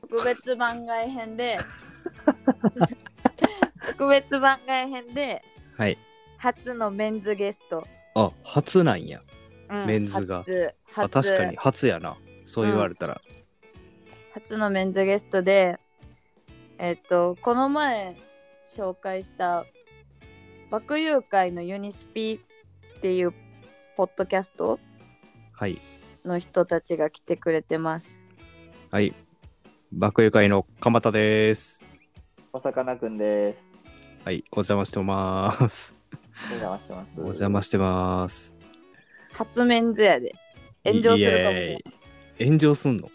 特別番外編で特別番外編ではい。初のメンズゲスト、あ、初なんや。うんメンズが初あ、初確かに初やな。そう言われたら。初のメンズゲストでえっとこの前紹介した「爆遊会のユニスピ」っていうポッドキャストはい。の人たちが来てくれてますはい。爆友会の鎌田です。おさかなくんです。はい。お邪魔してます。お邪魔してます。お邪魔してます。初メンズやで炎上するかもイねエーイ炎上すんの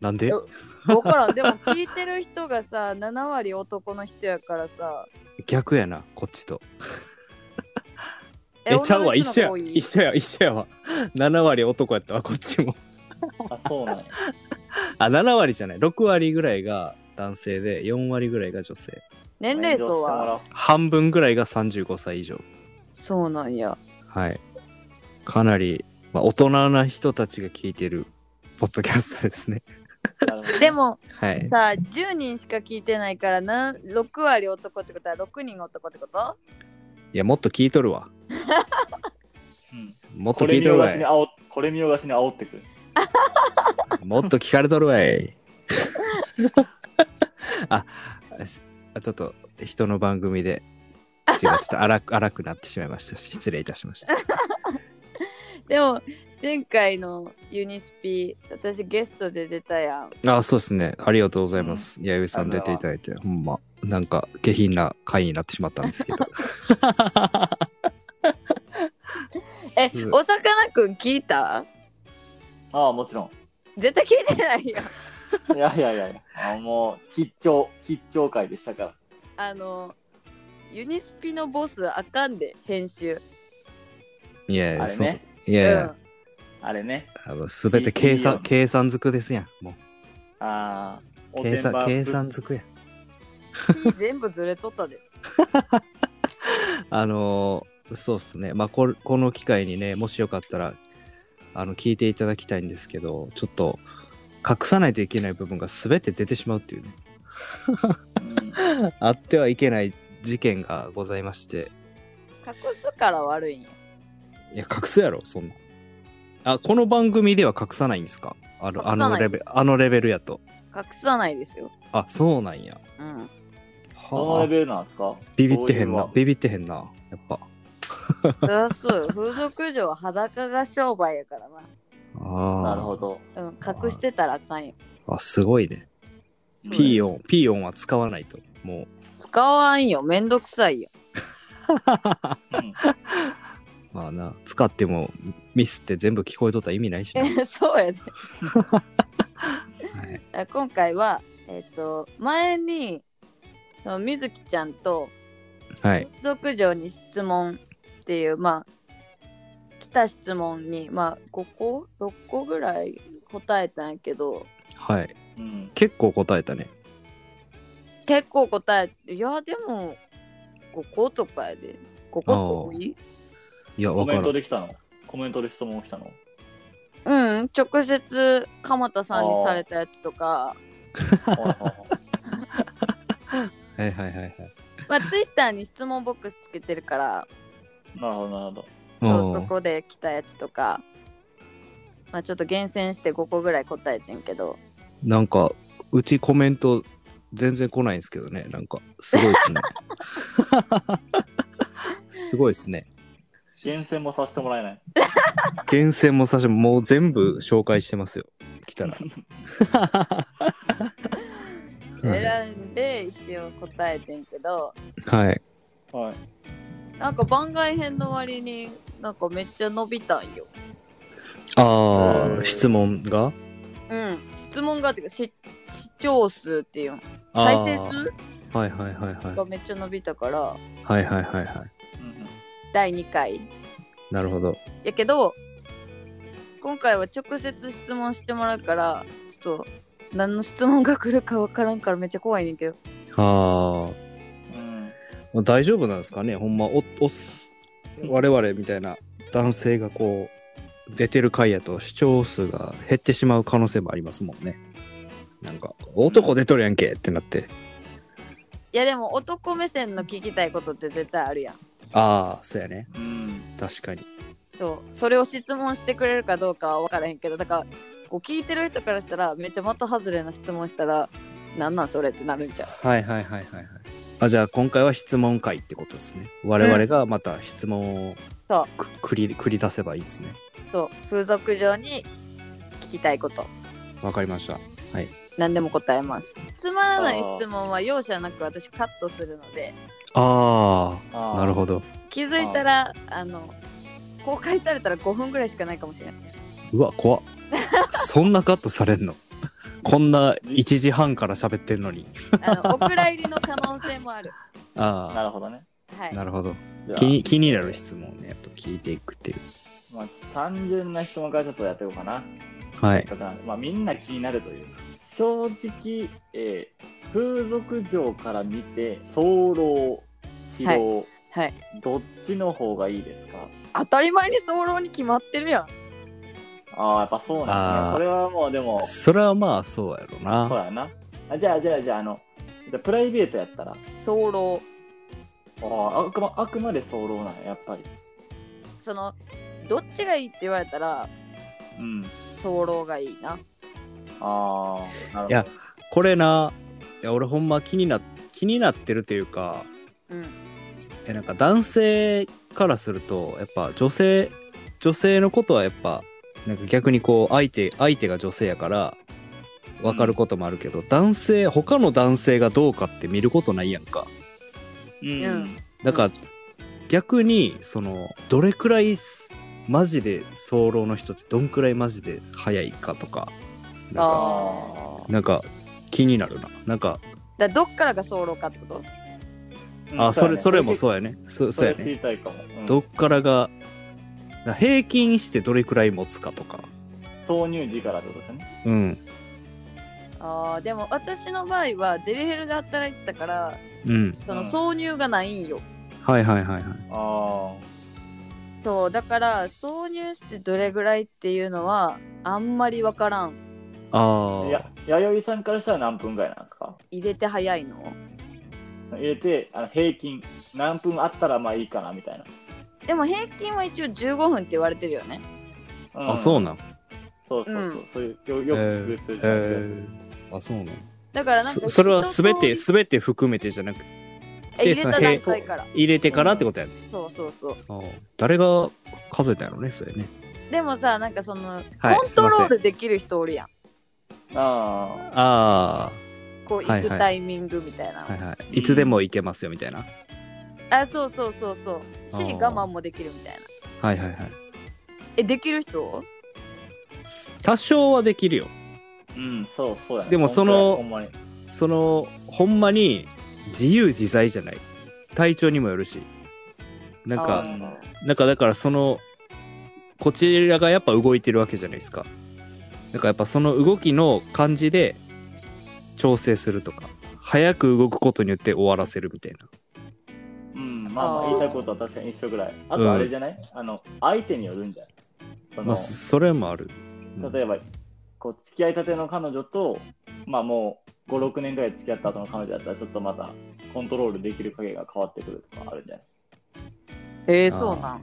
なんでよ分からんでも聞いてる人がさ7割男の人やからさ逆やな、こっちと。え、ちゃうわ、一緒や。一緒緒や、一緒やわ。7割 男やったわ、こっちも。あ、そうなんや。あ、7割じゃない。6割ぐらいが男性で、4割ぐらいが女性。年齢層は炎上してもらおう半分ぐらいが35歳以上。そうなんやはい。かなり、まあ、大人な人たちが聞いてるポッドキャストですね。なるほどねでもはい。さ10人しか聞いてないからな6割男ってことは6人男ってこといや、もっと聞いとるわ。うんもっとこ聞れい見とるよわがしいに。煽っこれ見よがしに煽ってくる。もっと聞かれとるわい。 あ、すあちょっと人の番組で、口がちょっと荒く荒くなってしまいましたし、失礼いたしました。でも前回のユニスピ私ゲストで出たやんあ、そうですね。ありがとうございます。弥生さん出ていただいて、ほんま、なんか下品な回になってしまったんですけど。 えすおさかなくん聞いたああ、もちろ絶対聞いてないよ ん。いやいやいやいや、あもう必聴、必聴会でしたから。あのユニスピのボスあかんで編集いやいあや、れそう。ねいやいや、あれね。あのすべて計いい算よ計算づくですやん。もああ、う計算おてんば計算づくやん。うん、全部ずれとったであのーそうっすね。まあこ、この機会にね、もしよかったら、あの、聞いていただきたいんですけど、ちょっと、隠さないといけない部分が全て出てしまうっていうね、うんあってはいけない事件がございまして、隠すから悪いんやいや、隠すやろ、そんなん。あ、この番組では隠さないんですかあの、あ隠さのないレでベすル、あのレベルやと。隠さないですよあ、そうなんや。うんあのはレあ、ベルなんですかビビってへんなど。ういうビビってへんな。やっぱ。そりゃそうよ風俗嬢は裸が商売やからああ。わなるほど。なうん隠してたらあかんよあ、すごいね。そうよ P 音、P 音は使わないと。もう。使わんよめんどくさいようんまあな、使ってもミスって全部聞こえとったら意味ないしな。はそうやでい、あ今回は、えっと前にそのみずきちゃんとはい。 「俗女に質問」っていうまあ来た質問にまあ5個6個ぐらい答えたんやけどはい。うん。結構答えたね。結構答えていやでも5個とかやで5個って多いいや、コ わかメらントん。できたのコメントで質問来たのうん直接鎌田さんにされたやつとかはいはいはいはい。まあツイッターに質問ボックスつけてるからなるほど、なるほど。そううそんこで来たやつとか、まあ、ちょっと厳選して5個ぐらい答えてんけどなんか、うちコメント全然来ないんですけどね。なんか、すごいっ すね。すごいっすね。厳選もさせてもらえない。厳選もさしてもう全部紹介してますよ。来 たら。は選んで一応答えてんけどい。はい。はい。なんか番外編の割になんかめっちゃ伸びたんよ。あうあ、ん質問がうん質問がっていうかし視聴数っていうのあ再ー生数はいはいはいはい。がめっちゃ伸びたからはいはいはいはい。うん第2回なるほど。やけど今回は直接質問してもらうからちょっと何の質問が来るかわからんからめっちゃ怖いねんけどああ。うん。まあ大丈夫なんですかねほんまおおっす我々みたいな男性がこう出てる回やと視聴数が減ってしまう可能性もありますもんねなんか、男出とるやんけってなって、いやでも男目線の聞きたいことって絶対あるやんああ、そうやね。うん。確かに。そうそれを質問してくれるかどうかは分からへんけどだからこう聞いてる人からしたらめっちゃ的外れな質問したらなんなんそれってなるんちゃうはいはいはいはいはい。あ、じゃあ今回は質問会ってことですね。我々がまた質問をそく繰り繰り出せばいいですね。そう風俗上に聞きたいことわかりました。何でも答えますつまらない質問は容赦なく私カットするのでああ、ななるほど。ど。気づいたらあの公開されたら5分ぐらいしかないかもしれないうわ、怖っそんなカットされん のこんな1時半から喋ってんのに。あの お蔵入りの可能性もあるなあるほどね。はあ、いなるほど。じゃあ気に気になる質問をね、やっぱ聞いていくっていう。まあ、単純な質問からちょっとやっていこうかな。はい。だから、まあ、みんな気になるというか。正直、えー風俗嬢から見て、早漏、指導、はいどっちの方がいいですか当たり前に早漏に決まってるやんああ、やっぱそうなんだあーね。これはもうでも、それはまあそうやろな。そうやな。あじゃあ、じゃあ、じゃあ、あの、じゃあプライベートやったら、早漏あああくまあくまで早漏なの、やっぱり。そのどっちがいいって言われたらうん。早漏がいいなああ、なるほど。いやこれな、いや俺ほんま気にな気になってるというか、うんえなんか男性からするとやっぱ女性女性のことはやっぱなんか逆にこう相手相手が女性やから分かることもあるけど、男性他の男性がどうかって見ることないやんかうんうんだから、う逆にそのどれくらいすマジで早漏の人ってどんくらいマジで早いかとかなんかあなんか気になるななんか、だからどっからが早漏かってことーあそれそれもうそうやねそやそね。そうれや知ねりたいかも。うんどっからがだから平均してどれくらい持つかとか挿入時からってことですよね。うんあーでも私の場合はデリヘルで働いてたからうん。そのうん挿入がないんよ、はいはいはいはい。あそうだから挿入してどれぐらいっていうのはあんまりわからんああ。あ。いや、弥生さんからしたら何分ぐらいなんですか入れて早いの入れて、あの平均、何分あったらまあいいかなみたいな。でも平均は一応15分って言われてるよねうんあ、そううなん。そうそうう。そうんそういう、よよく聞く数字な気がする。あ、そうなん。だからなんかそそれは一通全て、り全て含めてじゃなくて、え入れた段階から入れてからってことやね。そうそうそうあー誰が数えたんやろね、それね。でもさなんかその、はいコントローすいませルできる人おるやんああこう行はいはくいタイミングみたいな、あ。はいはい。いつでも行けますよみたいな。あそうそうそうそうしあー我慢もできるみたいなはいはいはい。えできる人多少はできるよ。あ。うん、そうそうやね。でもそのほんまに。その、ほんまに自由自在じゃない。体調にもよるし。なんあか、ーなんかだからそのこちらがやっぱ動いてるわけじゃないですか。だからやっぱその動きの感じで調整するとか早く動くことによって終わらせるみたいな。うん、まあまああー言いたいことは確かに一緒ぐらい。あうんとあれじゃない、あの、相手によるんじゃないそまのあそそれもある。うん例えば、こう、付き合いたての彼女と、まあもう、5、6年ぐらい付き合った後の彼女だったら、ちょっとまた、コントロールできる影が変わってくるとかあるんじゃないえあー、ーそうなんだ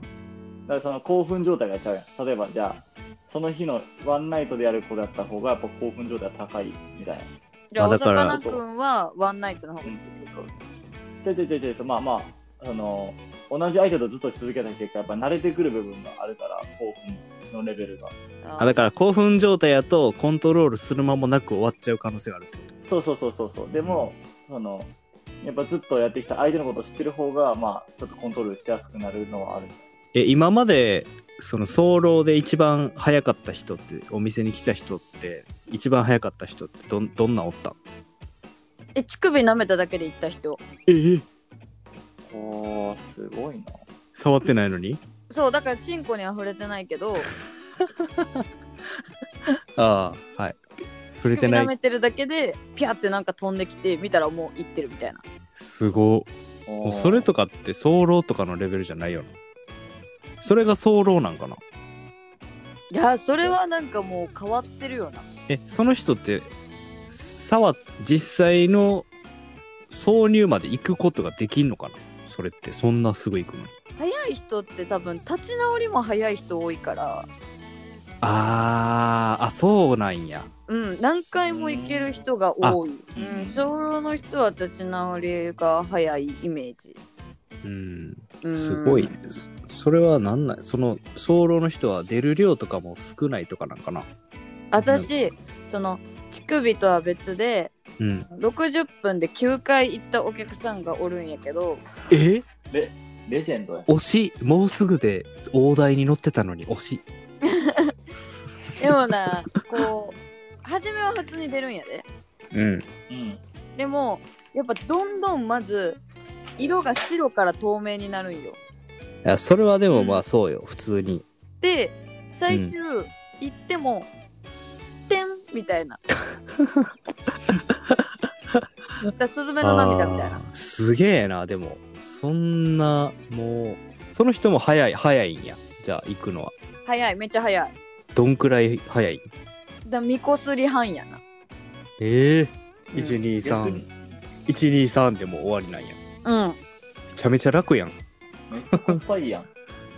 からその興奮状態が違うやん。例えば、じゃあ、その日のワンナイトでやる子だった方が、やっぱ興奮状態が高いみたいな。じゃあ、まだあだかからら。くんはワンナイトの方が好きってこと、ちょいちょいちょいちょい、そうまあまあ、その、同じ相手とずっとし続けた結果、やっぱ慣れてくる部分があるから、興奮のレベルが。ああだーから興奮状態やとコントロールする間もなく終わっちゃう可能性があるってこと。そうそうそうそうそう。でも、その、やっぱずっとやってきた相手のことを知ってる方が、まあ、ちょっとコントロールしやすくなるのはある。え今までその早漏で一番早かった人ってお店に来た人って一番早かった人ってどんどんなおったえ乳首舐めただけで行った人えおー、すごいな。触ってないのにそうだからチンコには触れてないけどああはい触れて乳首な舐いめてるだけでピャってなんか飛んできて見たらもう行ってるみたいなすごおもーうそれとかって早漏とかのレベルじゃないよなそれが早漏なんかないやそれはなんかもう変わってるよなえその人って触実際の挿入まで行くことができんのかなそれってそんなすぐ行くの早い人って多分立ち直りも早い人多いからあーあそうなんやうん何回も行ける人が多いあうん小老の人は立ち直りが早いイメージ、うんうん、すごいね、そそれはなんないその早漏の人は出る量とかも少ないとかなんかな私その乳首とは別でうん60分で9回行ったお客さんがおるんやけどえレレジェンドや。推しもうすぐで大台に乗ってたのに推しでもなこう初めは普通に出るんやでうんうん。でもやっぱどんどんまず色が白から透明になるんよいやそれはでもまあそうよ普通にで最終行っても「点、みたい なだからスズメの涙みたいなあーすげえなでもそんなもうその人も早い早いんやじゃあ行くのは早いめっちゃ早いどんくらい早いだみこすり半やなええうん逆に123123でもう終わりなんやうんめちゃめちゃ楽やんめっちゃコスパいいやん。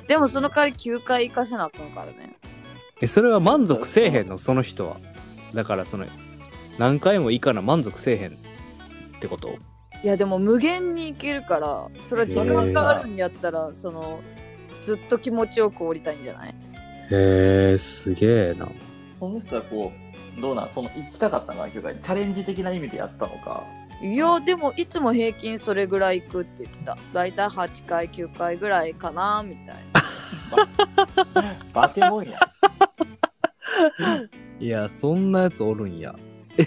でもその代わり9回行かせなあかんからねえそれは満足せえへんのその人はだからその何回もいいかな満足せえへんってこといやでも無限に行けるからそれは時間があるんやったらそのずっと気持ちよく降りたいんじゃないへえすげえなその人はこう、どうなんその行きたかったのか、結局チャレンジ的な意味でやったのか。いやでもいつも平均それぐらい行くって言ってただいたい8回9回ぐらいかなみたいなバケモン や。いやそんなやつおるんやえ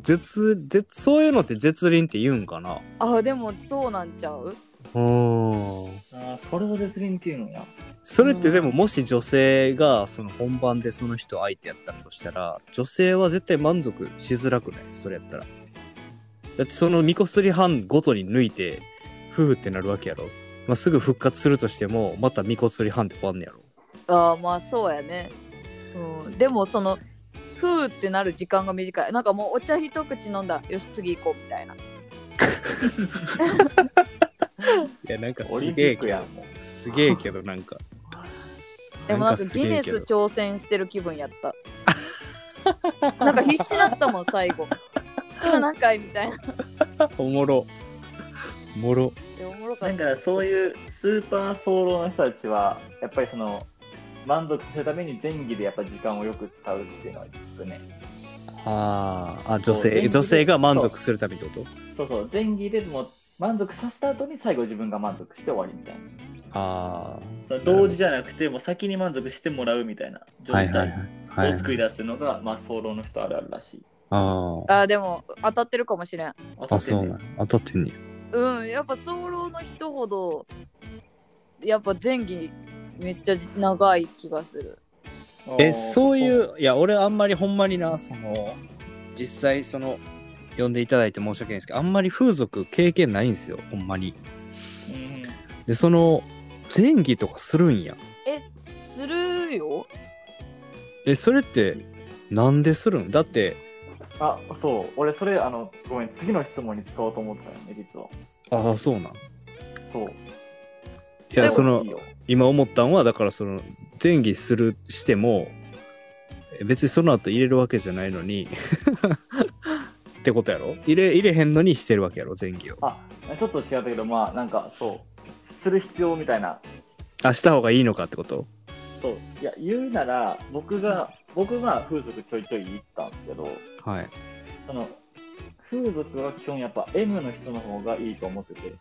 絶絶そういうのって絶倫って言うんかなあでもそうなんちゃううんああ、それを絶倫っていうのや。それってでもうんもし女性がその本番でその人相手やったとしたら女性は絶対満足しづらくないそれやったらだってそのみこすり半ごとに抜いて夫婦ってなるわけやろ、まあ、すぐ復活するとしてもまたみこすり半って終わんねやろあーまあそうやね、うん、でもそのふーってなる時間が短いなんかもうお茶一口飲んだよし次行こうみたいないやなんかオリすンピげえッけクやどん。もうすげえけどなんか でもなんかすギげえネけスど挑戦してる気分やった なんか必死だったもん最後7回みたいなおもろおもろでおもろかなっんたかそういうスーパーソロの人たちはやっぱりその満足させるために前儀でやっぱ時間をよく使うっていうのは聞くねあーあそ女う性全女性が満そ足するためってことそうそう前儀でもう満足させた後に最後自分が満足して終わりみたいなあそのなるほど同時じゃなくてもう先に満足してもらうみたいなあ状はいはい態はいをは作いり出すのがまあソロの人あるあるらしいあーあーでも当たってるかもしれんあそうなんん当たってんねやうんやっぱ早漏の人ほどやっぱ前儀めっちゃ長い気がするえそういうういや俺あんまりほんまになその実際その呼んでいただいて申し訳ないんですけどあんまり風俗経験ないんですよほんまにうんでその前儀とかするんやするよえそれってなんでするんだってあそう俺それあのごめん次の質問に使おうと思ったよね実はああそうなんいそうでやもそのいいよ今思ったんはだからその前儀するしてもえ別にその後入れるわけじゃないのに ってことやろ入れ入れへんのにしてるわけやろ前儀をあちょっと違ったけどまあなんかそうする必要みたいなあした方がいいのかってことそういや言うなら僕が僕は風俗ちょいちょい行ったんですけどはいその風俗は基本やっぱ M の人の方がいいと思ってて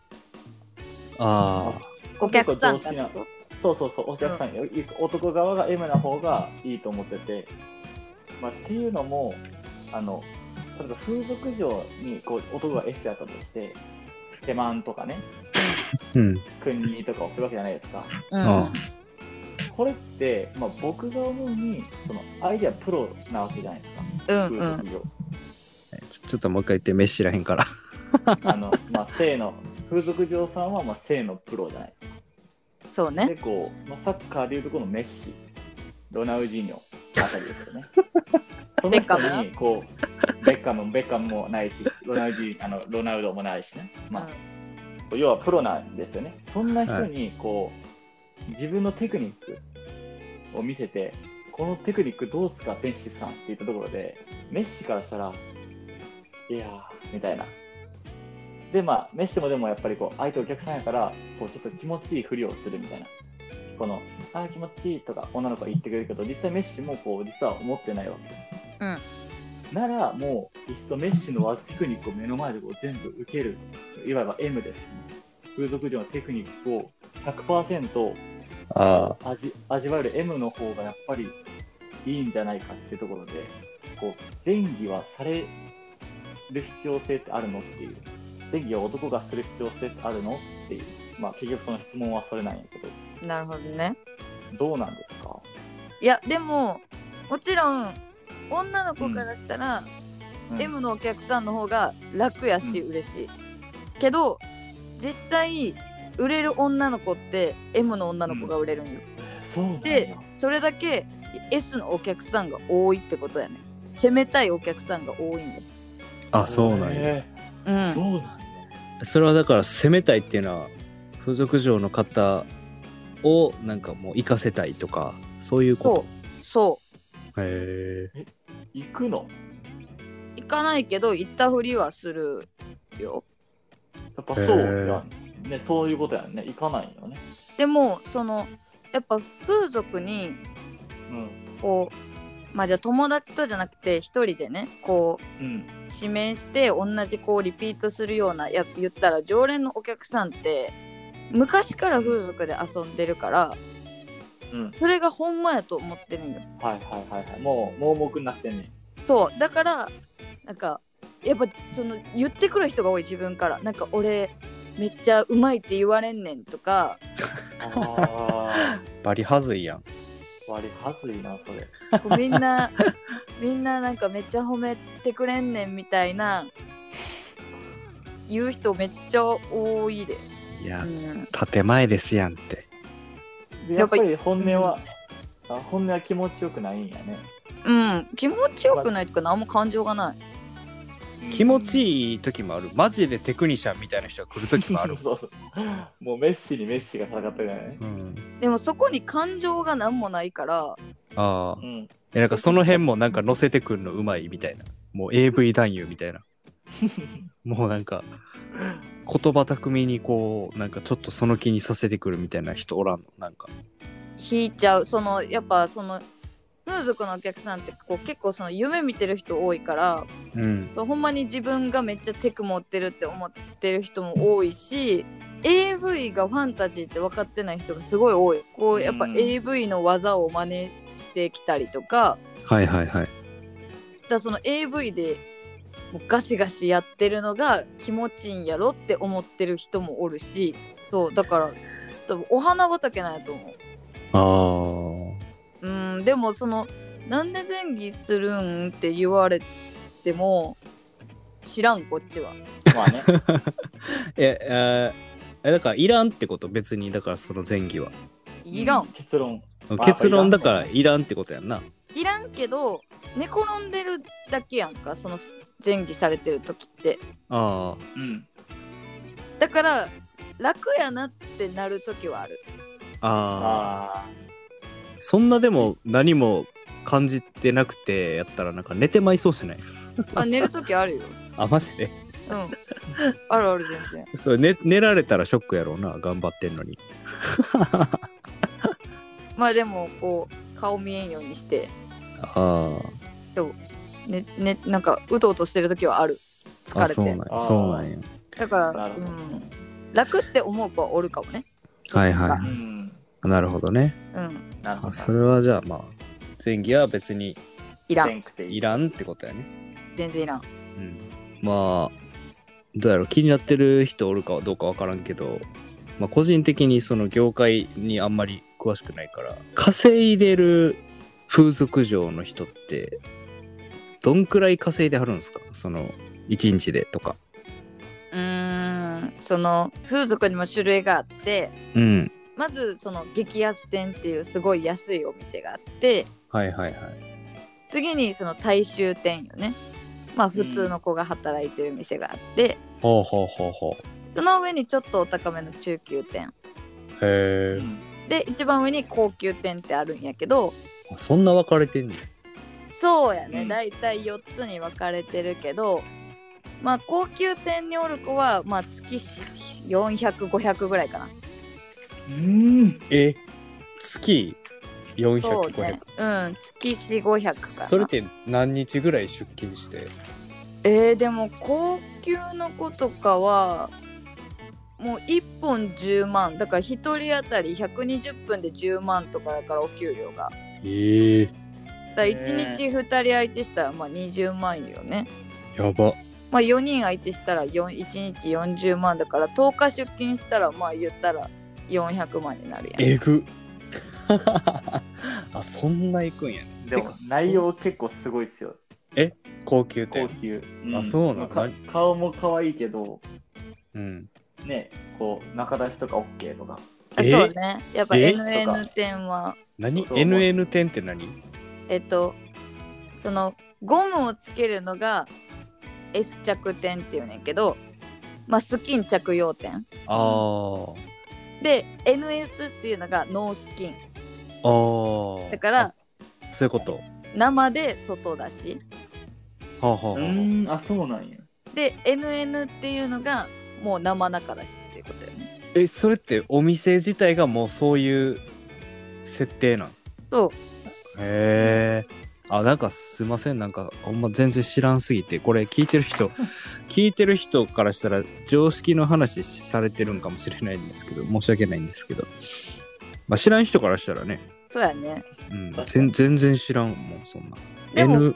ああお客さんだ結構とそうそうそうお客さん、よ男側が M な方がいいと思ってて、まあ、っていうのもあの例えば風俗嬢にこう男が S やったとして手満とかねうん君にとかをするわけじゃないですかうんあこれって、まあ、僕が思うにその相手はプロなわけじゃないですかうん風うん俗嬢、ちょちょっともう一回言って飯知らへんからあの、まあ、性の、風俗嬢さんは、まあ、性のプロじゃないですか。そうねで、こう、まあ、サッカーでいうとこのメッシ、 ロナウジーニョあたりですよね。その人に、こう、ベッカムもベッカムもないし、ロナウジあのロナウドもないしね、まうあ、要はプロなんですよね。そんな人にこう、自分のテクニックを見せて、このテクニックどうすか、ベンシさんって言ったところで、メッシからしたら、いやー、みたいな。で、まあ、メッシもでもやっぱりこう、相手お客さんやから、こう、ちょっと気持ちいいふりをするみたいな。この、あー気持ちいいとか女の子は言ってくれるけど、実際メッシもこう、実は思ってないわけ。んならもういっそメッシの技テクニックを目の前でこう全部受けるいわば M です風俗嬢のテクニックを100% あ味味わえる M の方がやっぱりいいんじゃないかっていうところでこう前儀はされる必要性ってあるのっていう前儀を男がする必要性ってあるのっていうまあ結局その質問はそれなんやけどうん、なるほどねどうなんですかいやでももちろん女の子からしたら、うん M のお客さんの方が楽やし、う嬉しいけど実際売れる女の子って M の女の子が売れるんよ、そうなんでやそれだけ S のお客さんが多いってことやね攻めたいお客さんが多いんよ、ああそうなんや、へうーそん、うなんやそれはだから攻めたいっていうのは風俗嬢の方をなんかもう生かせたいとかそういうこそうとへえ行くの行かないけど行ったふりはするよやっぱそうやん、ね、そういうことやんね、行かないよね。でもそのやっぱ風俗にうん。こうまあじゃあ友達とじゃなくて一人でねこううん。指名して同じこうリピートするようなや言ったら常連のお客さんって昔から風俗で遊んでるからうん。それがほんまやと思ってるんよはいはいはいはい。もう盲目になってんね。そうだからなんかやっぱその言ってくる人が多い自分からなんか俺めっちゃうまいって言われんねんとかあバリはずいやんあ、割りはずいな、それ。こうみんな みんななんかめっちゃ褒めてくれんねんみたいな言う人めっちゃ多いで、いうやん、建前ですやんってでややっっぱぱりり本音は、あ本音は気持ちよくないんやね。うん、気持ちよくないとか何も感情がない気持ちいい時もあるマジでテクニシャンみたいな人が来る時 もある そうそう。もうメッシにメッシが戦ってるよね。うんでもそこに感情が何もないからあうあん。 えなんかその辺もなんか乗せてくるのうまいみたいなもう AV 男優みたいなもうなんか言葉巧みにこうなんかちょっとその気にさせてくるみたいな人おらんのなんか引いちゃうそのやっぱその風俗のお客さんってこう結構その夢見てる人多いからうんそうほんまに自分がめっちゃテク持ってるって思ってる人も多いし AV がファンタジーって分かってない人がすごい多いこうやっぱうん AV の技を真似してきたりとかはいはいだはいからその AV でもうガシガシやってるのが気持ちいいんやろって思ってる人もおるしそうだから多分お花畑なんやと思あうあうんでもそのなんで前儀するんって言われても知らんこっちはまあね。え、えーえ、だからいらんってこと別にだからその前儀は。いらんう結論。あ結論だからいらんってことやんな。いらんけど寝転んでるだけやんかその前儀されてる時ってあうん。だから楽やなってなる時はあるあ、ああ。あそんなでも何も感じてなくてやったらなんか寝てまいそうじゃないあ寝る時あるよあ、マジでうんあるある全然それ、ね、寝られたらショックやろうな、頑張ってんのに。まあでもこう顔見えんようにしてあねねなんかうとうとしてる時はあるあ。あ、疲れそうなんてやあ。ーそうなんや。だかあ。ならるうほど。ん楽って思う子はおるかもねはいはういん。。なるほどね。うんなるほあど。それはじゃあまあ、前儀は別にいらん全くていいい。らんってことやね。全然いらんうん、まあどうやろう気になってる人おるかどうかわからんけど、まあ、個人的にその業界にあんまり詳しくないから稼いでる風俗嬢の人ってどんくらい稼いではるんですかその1日でとかうーんその風俗にも種類があってうんまずその激安店っていうすごい安いお店があってはいはいはい次にその大衆店よねまあ普通の子が働いてる店があって、ほうほうほうほその上にちょっとお高めの中級店う。へえ。うんで一番上に高級店ってあるんやけどあそんな分かれてんねん。そうやね、うんだいたい4つに分かれてるけどまあ高級店におる子は、まあ、月400500ぐらいかな。うんえ月400、そう500ね。うん、月4500かな。それって何日ぐらい出勤してえー、でも高級の子とかはもう1本10万だから1人当たり120分で10万とかだからお給料がええだから1日2人相手したらまあ20万よね、やばまあ、4人相手したら4 1日40万だから10日出勤したらまあ言ったら400万になるやんえぐ あそんな行くんやねでてもかそう内容結構すごいですよ高級高店級、あそうなんだか顔も可愛いけどうんねこう仲出しとか OK とかあえそうねやっぱえ NN 店は何そうそう NN 店って何えっとそのゴムをつけるのが S 着点っていうねんけど、まあ、スキン着用点あーで NS っていうのがノースキンあーだからあそういうことは生で外出しあ、はあはあう、んあそうなんやで NN っていうのがもう生中出しっていうことよねえそれってお店自体がもうそういう設定なんそうへえ。あ、なんかすいません。なんか、ほんま全然知らんすぎて、これ聞いてる 人、聞いてる人からしたら常識の話されてるんかもしれないんですけど、申し訳ないんですけど。まあ、知らん人からしたらね、そうやねうん確か、に全全然知らんもん、そんな。でも N、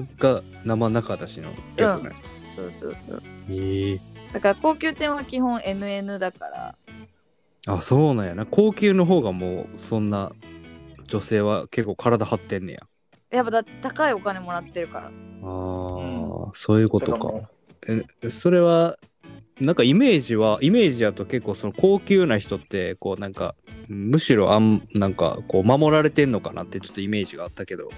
NN が生中だしの略ね。そうそうそうへえ。だから高級店は基本 NN だからあ、そうなんやな。高級の方がもう、そんな、女性は結構体張ってんねや。やっぱだって高いお金もらってるからああ、うそういうことだかから。もえそれはなんかイメージはイメージやと結構その高級な人ってこうなんかむしろあんなんかこう守られてんのかなってちょっとイメージがあったけど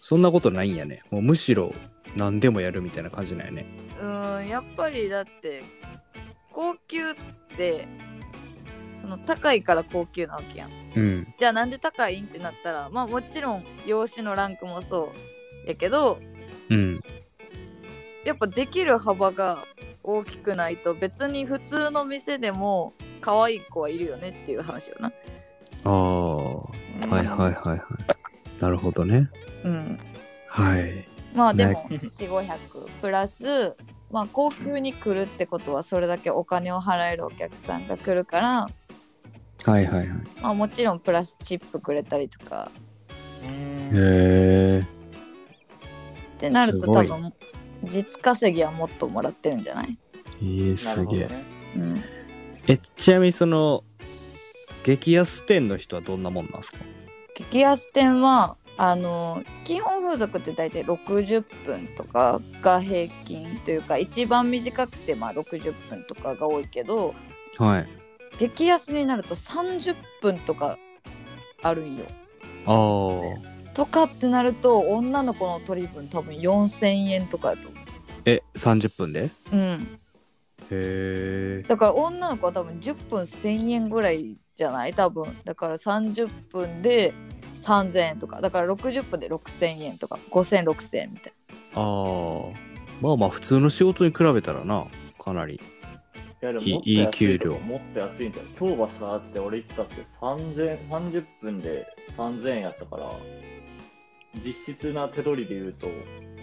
そんなことないんやねもうむしろ何でもやるみたいな感じなんやねうーんやっぱりだって高級ってその高いから高級なわけやんうんじゃあなんで高いんってなったらまあもちろん養子のランクもそうやけどうんやっぱできる幅が大きくないと別に普通の店でも可愛い子はいるよねっていう話よなああはういんはいはいはいなるほどねうんはいまあでもね4500プラスまあ高級に来るってことはそれだけお金を払えるお客さんが来るからはいはいはいまあもちろんプラスチップくれたりとかうんへえってなるすとご多い分実稼ぎはもっともらってるんじゃない、いいなするほげどえ、ねうん、えちなみにその激安店の人はどんなもんなんすか激安店はあの基本風俗って大体60分とかが平均というか一番短くてまあ60分とかが多いけどはい激安になると30分とかあるんよ。ああとかってなると女の子の取り分多分4,000円とかやと思え30分でう。うん、へえだから女の子は多分10分1,000円ぐらいじゃない多分だから30分で3,000円とかだから60分で6,000円とか5,0006,000円みたいな。あーまあまあ普通の仕事に比べたらなかなりいやでもいいもいいっと安給い料もっと安いんだよ京橋からだって俺行ったっすけど3000 30分で3000円やったから実質な手取りで言うと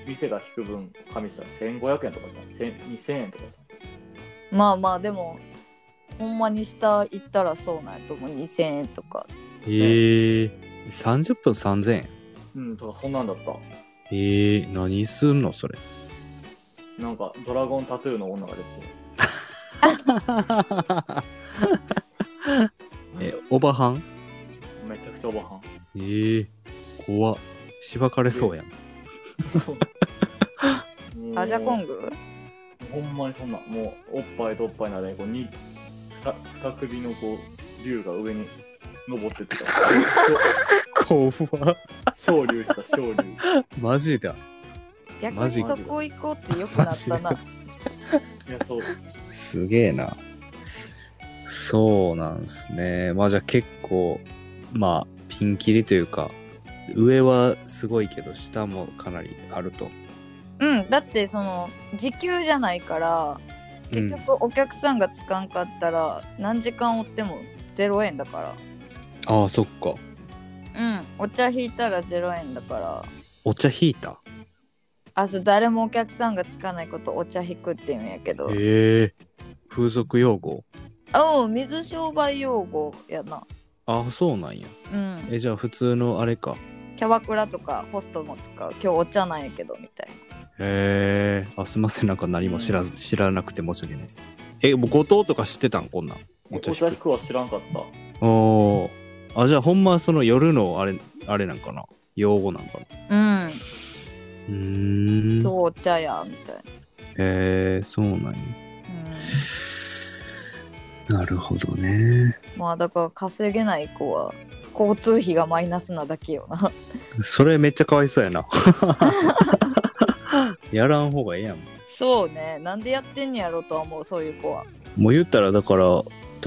店が引く分加味したら1500円とかじゃん1000 2000円とかじまあまあでもほんまに下行ったらそうなんやと思う2000円とかへえ30分3000円ゃんうんとかそんなんだったええ何すんのそれなんかドラゴンタトゥーの女が出てきます えオバハンめちゃくちゃおばはんええ怖っしばかれそうやんもうアジャコングほんまにそんなもうおっぱいとおっぱいの間にこうに二二首のこう竜が上に登ってってた 怖っ 昇竜した昇竜マジだ逆マジにかそこ行こうってよくなったマな。いや、そう。すげえな。そうなんですね。まあじゃあ結構、まあピンキリというか、上はすごいけど、下もかなりあると。うん、だってその時給じゃないからうん結、局お客さんがつかんかったら何時間おっても0円だかああ、そっか。らうんお茶引いたら0円だからお茶引いた。あそう誰もお客さんがつかないことお茶引くって言うんやけどええ風俗用語。あうん水商売用語やなああ、そうなんや。うんえ、じゃあ普通のあれか。キャバクラとかホストも使う今日お茶なんやけどみたいなへえ。あ、すいません。なんか何も知らず、知らなくて申し訳ないです。え、もう後藤とか知ってたんこんなん。おお茶茶引引く。くは知らんかった。おおー。あ、じゃあほんまその夜のあれ、あれなんかな。用語なんかうな。んうー今日ん。お茶やみたいへえ、そうなんや。ななるほどね。うんまあだから稼げない子は交通費がマイナスなだけよな それめっちゃかわいそうやな。やらん方がええやん。そうねなんでやってんねやろとは思うそういう子はもう言ったらだから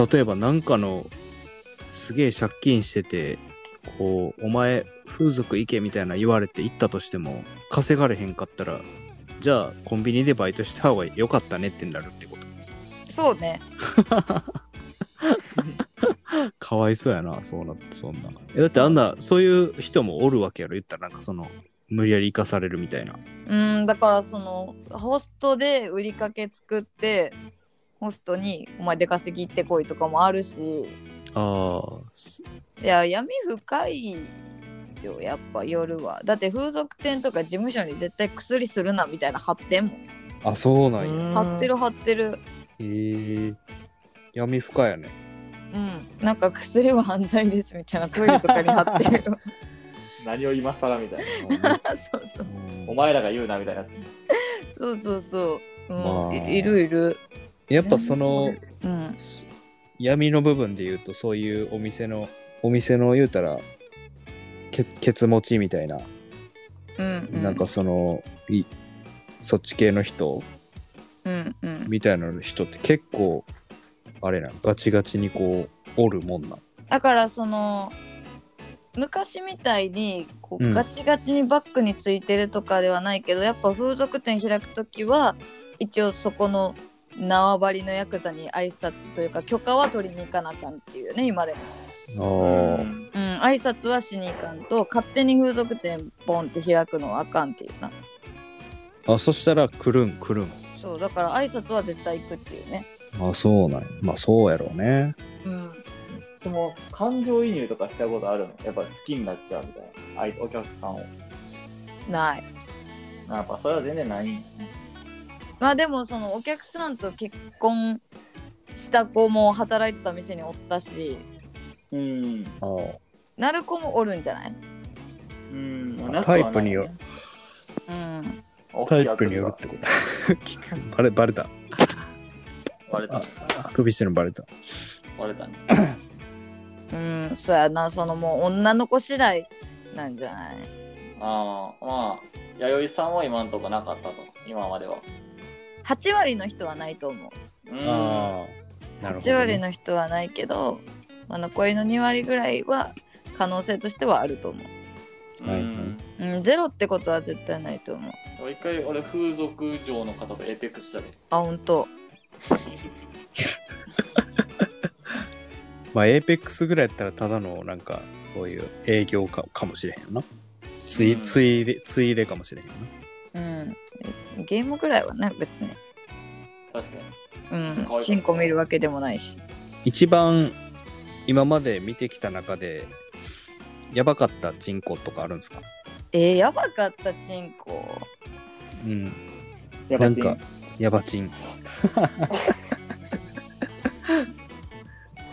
例えばなんかのすげえ借金しててこうお前風俗行けみたいな言われて行ったとしても稼がれへんかったらじゃあコンビニでバイトした方が良かったねってなるってことそうねかわいそうやなそうなそんなえだってあんなそういう人もおるわけやろ言ったらなんかその無理やり生かされるみたいなうんだからそのホストで売りかけ作ってホストに「お前出稼ぎ行ってこい」とかもあるしあーすいや闇深いよやっぱ夜はだって風俗店とか事務所に絶対薬するなみたいな貼ってんもんあそうなうん貼ってる貼ってるへえ闇深 やねうんなんか薬は犯罪ですみたいなトイレとかに貼ってる何を今更みたいな。 そうそうお前らが言うなみたいなやつ。そうそうそう、うんまあいいるいるやっぱそのうん闇の部分で言うとそういうお店のお店の言うたらケケツ持ちみたいな、うんうなんかそのいそっち系の人うんうんみたいな人って結構あれなんガチガチにこうおるもんなんだからその昔みたいにこううんガチガチにバッグについてるとかではないけど、やっぱ風俗店開く時は一応そこの縄張りのヤクザに挨拶というか許可は取りに行かなあかんっていうね今でも、あうんん、挨拶はしに行かんと勝手に風俗店ボンって開くのはあかんっていうなーあそしたら来るん来るんそうだから挨拶は絶対行くっていうねあそうなんやまあそうやろうねうんその感情移入とかしたことあるのやっぱ好きになっちゃうみたいな相手お客さんをないやっぱそれは全然ないんやねまあでもそのお客さんと結婚した子も働いてた店におったしうんあなる子もおるんじゃないうんタイプによるうん。タイプによるってこと バレバレたバレたあくびしてるのバレたバレたねうん、そうやな、そのもう女の子次第なんじゃないああまあ弥生さんは今んとこなかったと今までは ?8 割の人はないと思う。うんあなるほど、 8割の人はないけど、まあ、残りの2割ぐらいは可能性としてはあると思う。はいうんうん、ゼロってことは絶対ないと思う。俺一回俺風俗嬢の方とエイペックスしたであ、ほんと。まあ、エーペックスぐらいやったら、ただの、なんか、そういう営業かかもしれへんよな。つい、うんついで、ついでかもしれへんようん。ゲームぐらいはね、別に。 確かにう可愛んか。ったチンコ見るわけでもないし。な。一番、今まで見てきた中で、やばかったチンコとかあるんですかえー、やばかった、チンコ。うん。やなんか、やばチン。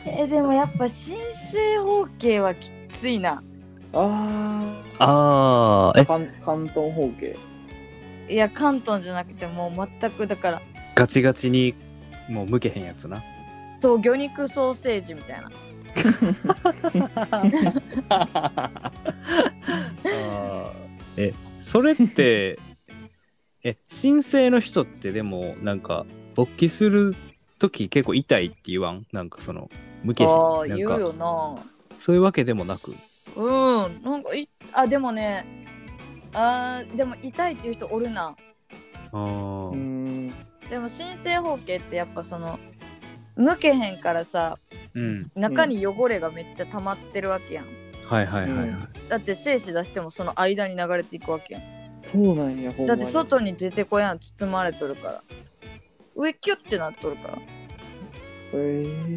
えー、でもやっぱ申請方形はきついな。あああ、あえ、関関東方形いや、関東じゃなくてもう全くだから。ガチガチに、もう向けへんやつな。そう魚肉ソーセージみたいな あーえ、それって、 え、申請の人ってでも、なんか、勃起するとき結構痛いって言わんなんかその、向けへんああなん言うかよなそういうわけでもなく。うんなんかいあでもねあーでも痛いっていう人おるなあーうん。でも新生包茎ってやっぱその抜けへんからさうん。中に汚れがめっちゃ溜まってるわけやん、はいはいはいはい。うんだって精子出してもその間に流れていくわけやんそうなんや、ほんだまっに。て外に出てこやん包まれとるから上キュッてなっとるからえ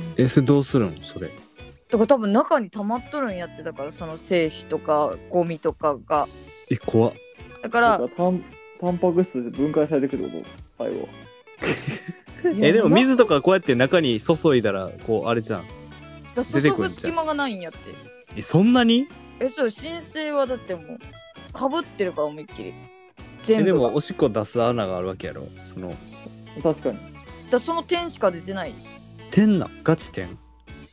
ーえ、それどうするんそれ。だから多分中に溜まっとるんやってだからその精子とかゴミとかがえ、怖っ。だからそうかタンタンパク質分解されてくること最後え、でも水とかこうやって中に注いだら、こう、あれじゃん。だから注ぐ隙間がないんやってえ、そんなにえそう申請はだってもうかぶってるから思いっきりえ、全で部がも、おしっこ出す穴があるわけやろ。その、確かにだからその点しか出てない点な。ガチ点。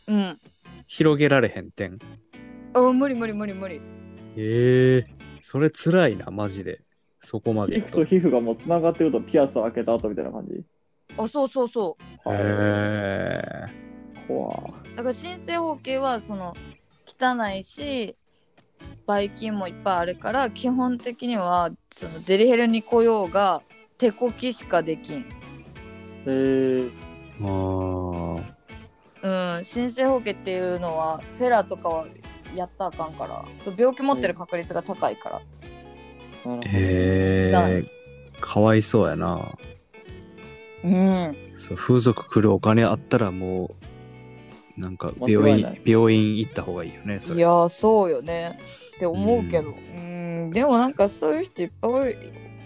うん広げられへん点。あ無理無理無理無理ええそれ辛いな、マジで。そこま皮 で膚と行くと。皮膚がもうつながってるとピアス開けた後みたいな感じあそうそうそへ怖うだから新生包茎はその汚いしばい菌もいっぱいあるから基本的にはそのデリヘルに来ようが手こきしかできんえー、ーああ。うん新生包茎っていうのはフェラとかはやったらあかんからそう病気持ってる確率が高いから、なるほどへえかわいそうやな。うんそう風俗来るお金あったらもう、なんか間違い病な院い、病院行った方がいいよね、そいれ。やーそうよねって思うけどううんでもなんかそういう人いっぱいおる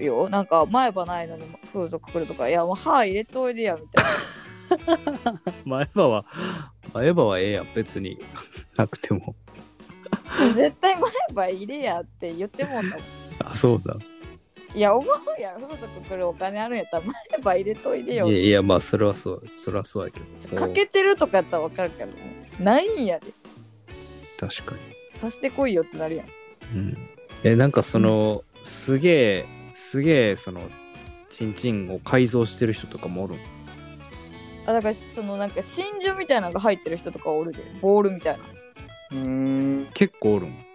よなんか前歯ないのに風俗来るとかいやもう歯入れといでやみたい前歯は、前歯はええやん、別に。 なくても。 な絶対前歯入れやって言ってもんだもんあ、そうだ。いや思うやろ風俗来るお金あるんやったら前歯入れといでいよやいや、まあ、それはそう、それはそうやけど。そうかけてるとかやったらわかるけどないんやで確かに。足してこいよってなるやんうんえなんかその、すげえすげえそのチンチンを改造してる人とかもおるんあだからそのなんか真珠みたいなのが入ってる人とかおるでボールみたいなうーん結構おるんへ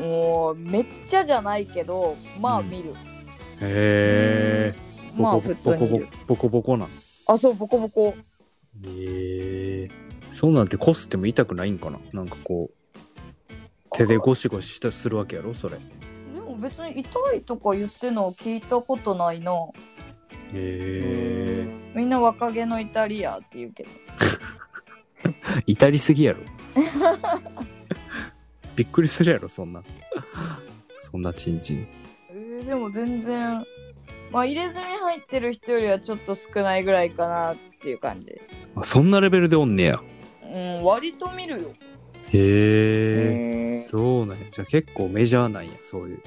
もうめっちゃじゃないけどまあ見る、えまあ普通ボコに見ボるコボコボコなんあそうボコボコへえそうなんてこすっても痛くないんかななんかこう手でゴシゴシしたするわけやろそれへでも別に痛いとか言ってるのを聞いたことないなえみんな若気のイタリアって言うけど至りすぎやろ びっくりするやろそんなそんなチンチンえーでも全然まあ入れ墨入ってる人よりはちょっと少ないぐらいかなっていう感じあそんなレベルでおんねやうん割と見るよへへえーそうなんやじゃあ結構メジャーなんやそういう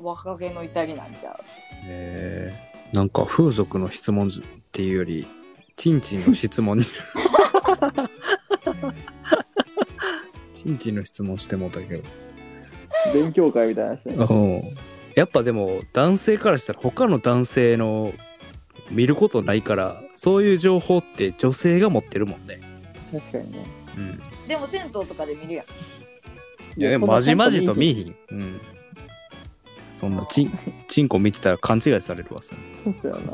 若気のイタリアなんちゃうへえなんか風俗の質問っていうよりチンチンの質問にチンチンの質問してもうたけど勉強会みたいな人うんやっぱでも男性からしたら他の男性の見ることないからそういう情報って女性が持ってるもんね確かにねうんでも銭湯とかで見るやんいやでもまじまじと見いひんうんそんなチンチンコ見てたら勘違いされるわそんなそうっすよな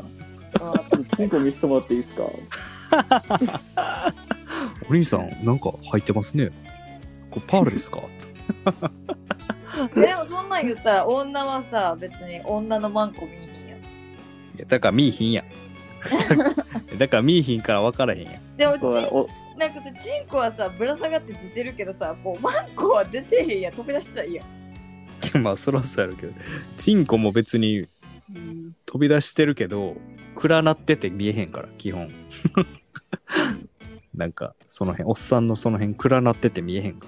あちょっと金庫見せてもらっていいですかお兄さん、なんか入ってますね。これパールですかーでもそんなん言ったら女はさ別に女のマンコ見えへんやんいや、だから見い ひんや。だから見いひんから分からへんや。 でもちそんうだおなんかさチンコはさぶら下がって出てるけどさこうマンコは出てへんやん飛び出してたらいいやんまあ、そらそうやるけど。チンコも別に飛び出してるけど、暗なってて見えへんから、基本。 なんか、その辺、おっさんのその辺、暗なってて見えへんか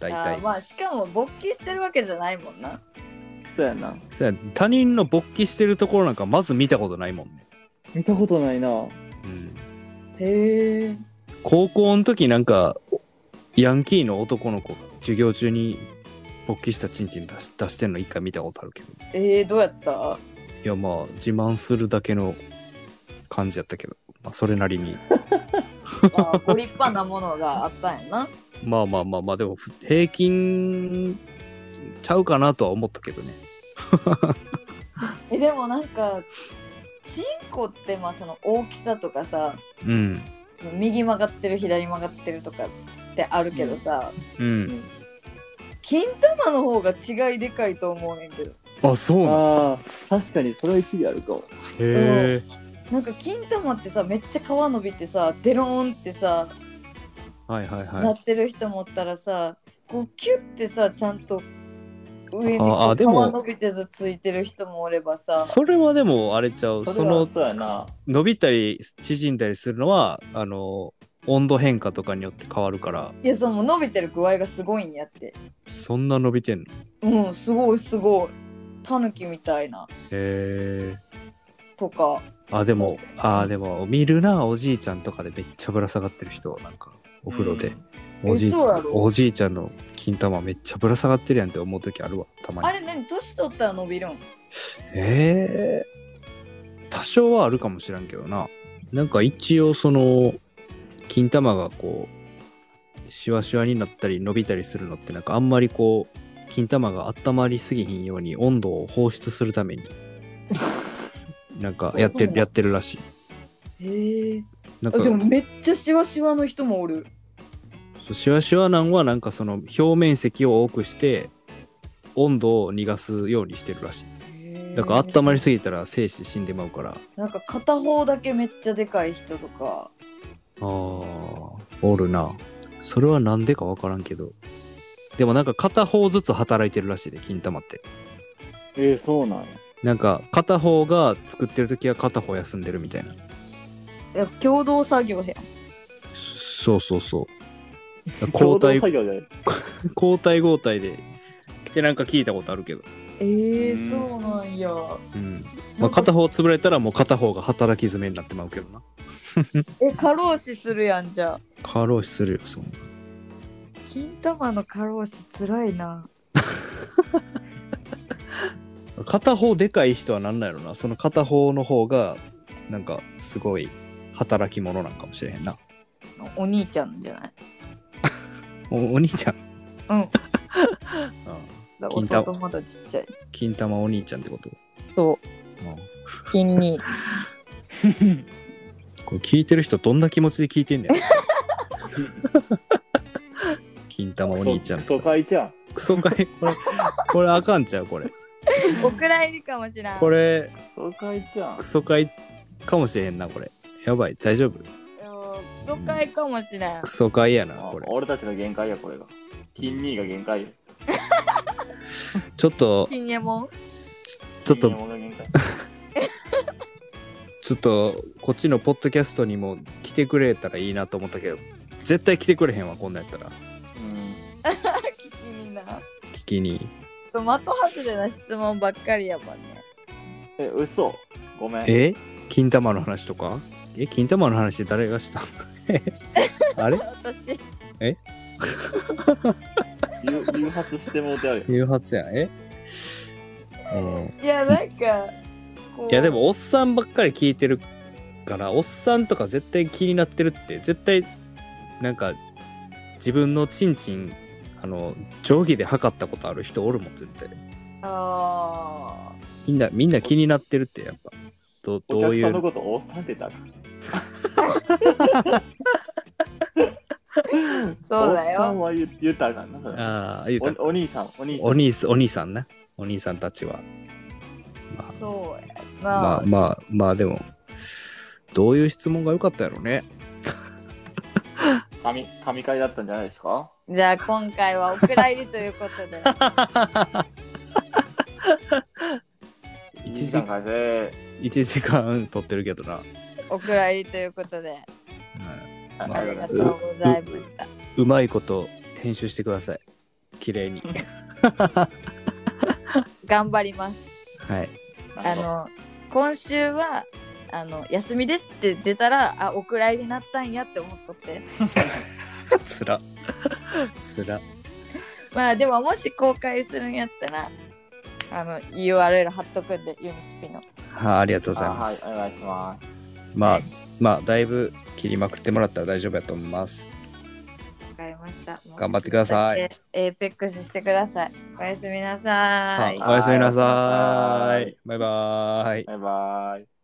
ら。あ大ー体。まあしかも勃起してるわけじゃないもんなそうやなそや他人の勃起してるところなんか、まず見たことないもんね。見たことないなうん。へえ高校の時なんかヤンキーの男の子が授業中に勃起したチンチン出し出してんの一回見たことあるけどえー、どうやったいやまあ自慢するだけの感じやったけど、まあ、それなりにまあ、ご立派なものがあったんやな。まあまあまあまあでもふ平均ちゃうかなとは思ったけどねえ、でもなんか、チンコってまあその大きさとかさ、うん右曲がってる左曲がってるとかってあるけどさ、ううんん金玉の方が違いでかいと思うねんけど。あそうなんあー確かにそれは一理あるかもへえなんか金玉ってさめっちゃ皮伸びてさデローンってさ、はいはいはないってる人もおったらさこうキュッてさちゃんと上にあこあう皮でも伸びてさついてる人もおればさそれはでもあれちゃうそそれはのそうやな伸びたり縮んだりするのはあの温度変化とかによって変わるからいやそうもう伸びてる具合がすごいんやってそんな伸びてんのへうんすごいすごいタヌキみたいなえとかあでもあでも見るなおじいちゃんとかでめっちゃぶら下がってる人なんかお風呂で、うんおじいちゃえそうやんろおじいちゃんの金玉めっちゃぶら下がってるやんって思う時あるわたまにあれ何年取ったら伸びるんえー多少はあるかもしらんけどななんか一応その金玉がこうシワシワになったり伸びたりするのってなんかあんまりこう金玉が温まりすぎひんように温度を放出するためになんかやっそうなてんるだやってるらしいへえなんかでもめっちゃシワシワの人もおるそうシワシワなんはなんかその表面積を多くして温度を逃がすようにしてるらしいだから温まりすぎたら精子死んでまうからなんか片方だけめっちゃでかい人とかあーおるなそれはなんでかわからんけどでもなんか片方ずつ働いてるらしいで金玉ってえー、そうなんやなんか片方が作ってる時は片方休んでるみたいないや共同作業じゃんそうそうそう交共同代作業で交代交代でってなんか聞いたことあるけど、えー、うんそうなんや。うんまあ、片方潰れたらもう片方が働き詰めになってまうけどなえ、過労死するやんじゃあ。過労死するよそんな金玉の過労死つらいな。片方でかい人は何なんやろなその片方の方がなんかすごい働き者なんかもしれへんなお兄ちゃんじゃない。おお兄ちゃんう んあだ金玉弟まだちっちゃい。金玉お兄ちゃんってことそう、あ筋 に。これ聞いてる人どんな気持ちで聞いてんねん 金玉お兄ちゃんクソ会じゃんクソかいこれこれあかんちゃうこれお蔵入りかもしらん。これクソ会じゃんクソかいかもしれへんなこれやばい大丈夫うんクソかいかもしれんク。ソかいやなあこれ俺たちの限界やこれがティンミーが限界よちょっと金や もん。ちょっとティンミーが限界ちょっとこっちのポッドキャストにも来てくれたらいいなと思ったけど絶対来てくれへんわこんなんやったらうん聞きにな。聞きに的外れな質問ばっかりやもんね。え嘘ごめんえ金玉の話とかえ金玉の話誰がした あれ私、誘誘発してもうてある誘発やんえ、うん、いや、なんか、こういやで、もおっさんばっかり聞いてるからおっさんとか絶対気になってるって絶対なんか自分のチンチンあの定規で測ったことある人おるもん絶対あみんなみんな気になってるってやっぱどおどう客いさんのうことおっさんってたかあ、そうだおっさんよ。は言言ったらあかんなそれああ言うたおお兄さんお兄さんお兄さんお兄さんなお兄さんたちはそうやな。まあまあまあでもどういう質問が良かったやろうね神神会だったんじゃないですかじゃあ今回はお蔵入りということ で一時一時間返せ1時間撮ってるけどな、お蔵入りということであまあありがとうございましたうまいこと編集してください綺麗 に頑張りますはいあの今週はあの休みですって出たらあお蔵入りになったんやって思っとってつらつらまあでももし公開するんやったらあの URL 貼っとくんでユニスピのはい、ありがとうございます。あはい、お願いします。まあ、まあ、だいぶ切りまくってもらったら大丈夫やと思います。わかりました頑張ってください。エーペックスしてくださいおやすみなさーいあおやすみなさはいい。バイバーイ。バイバイ。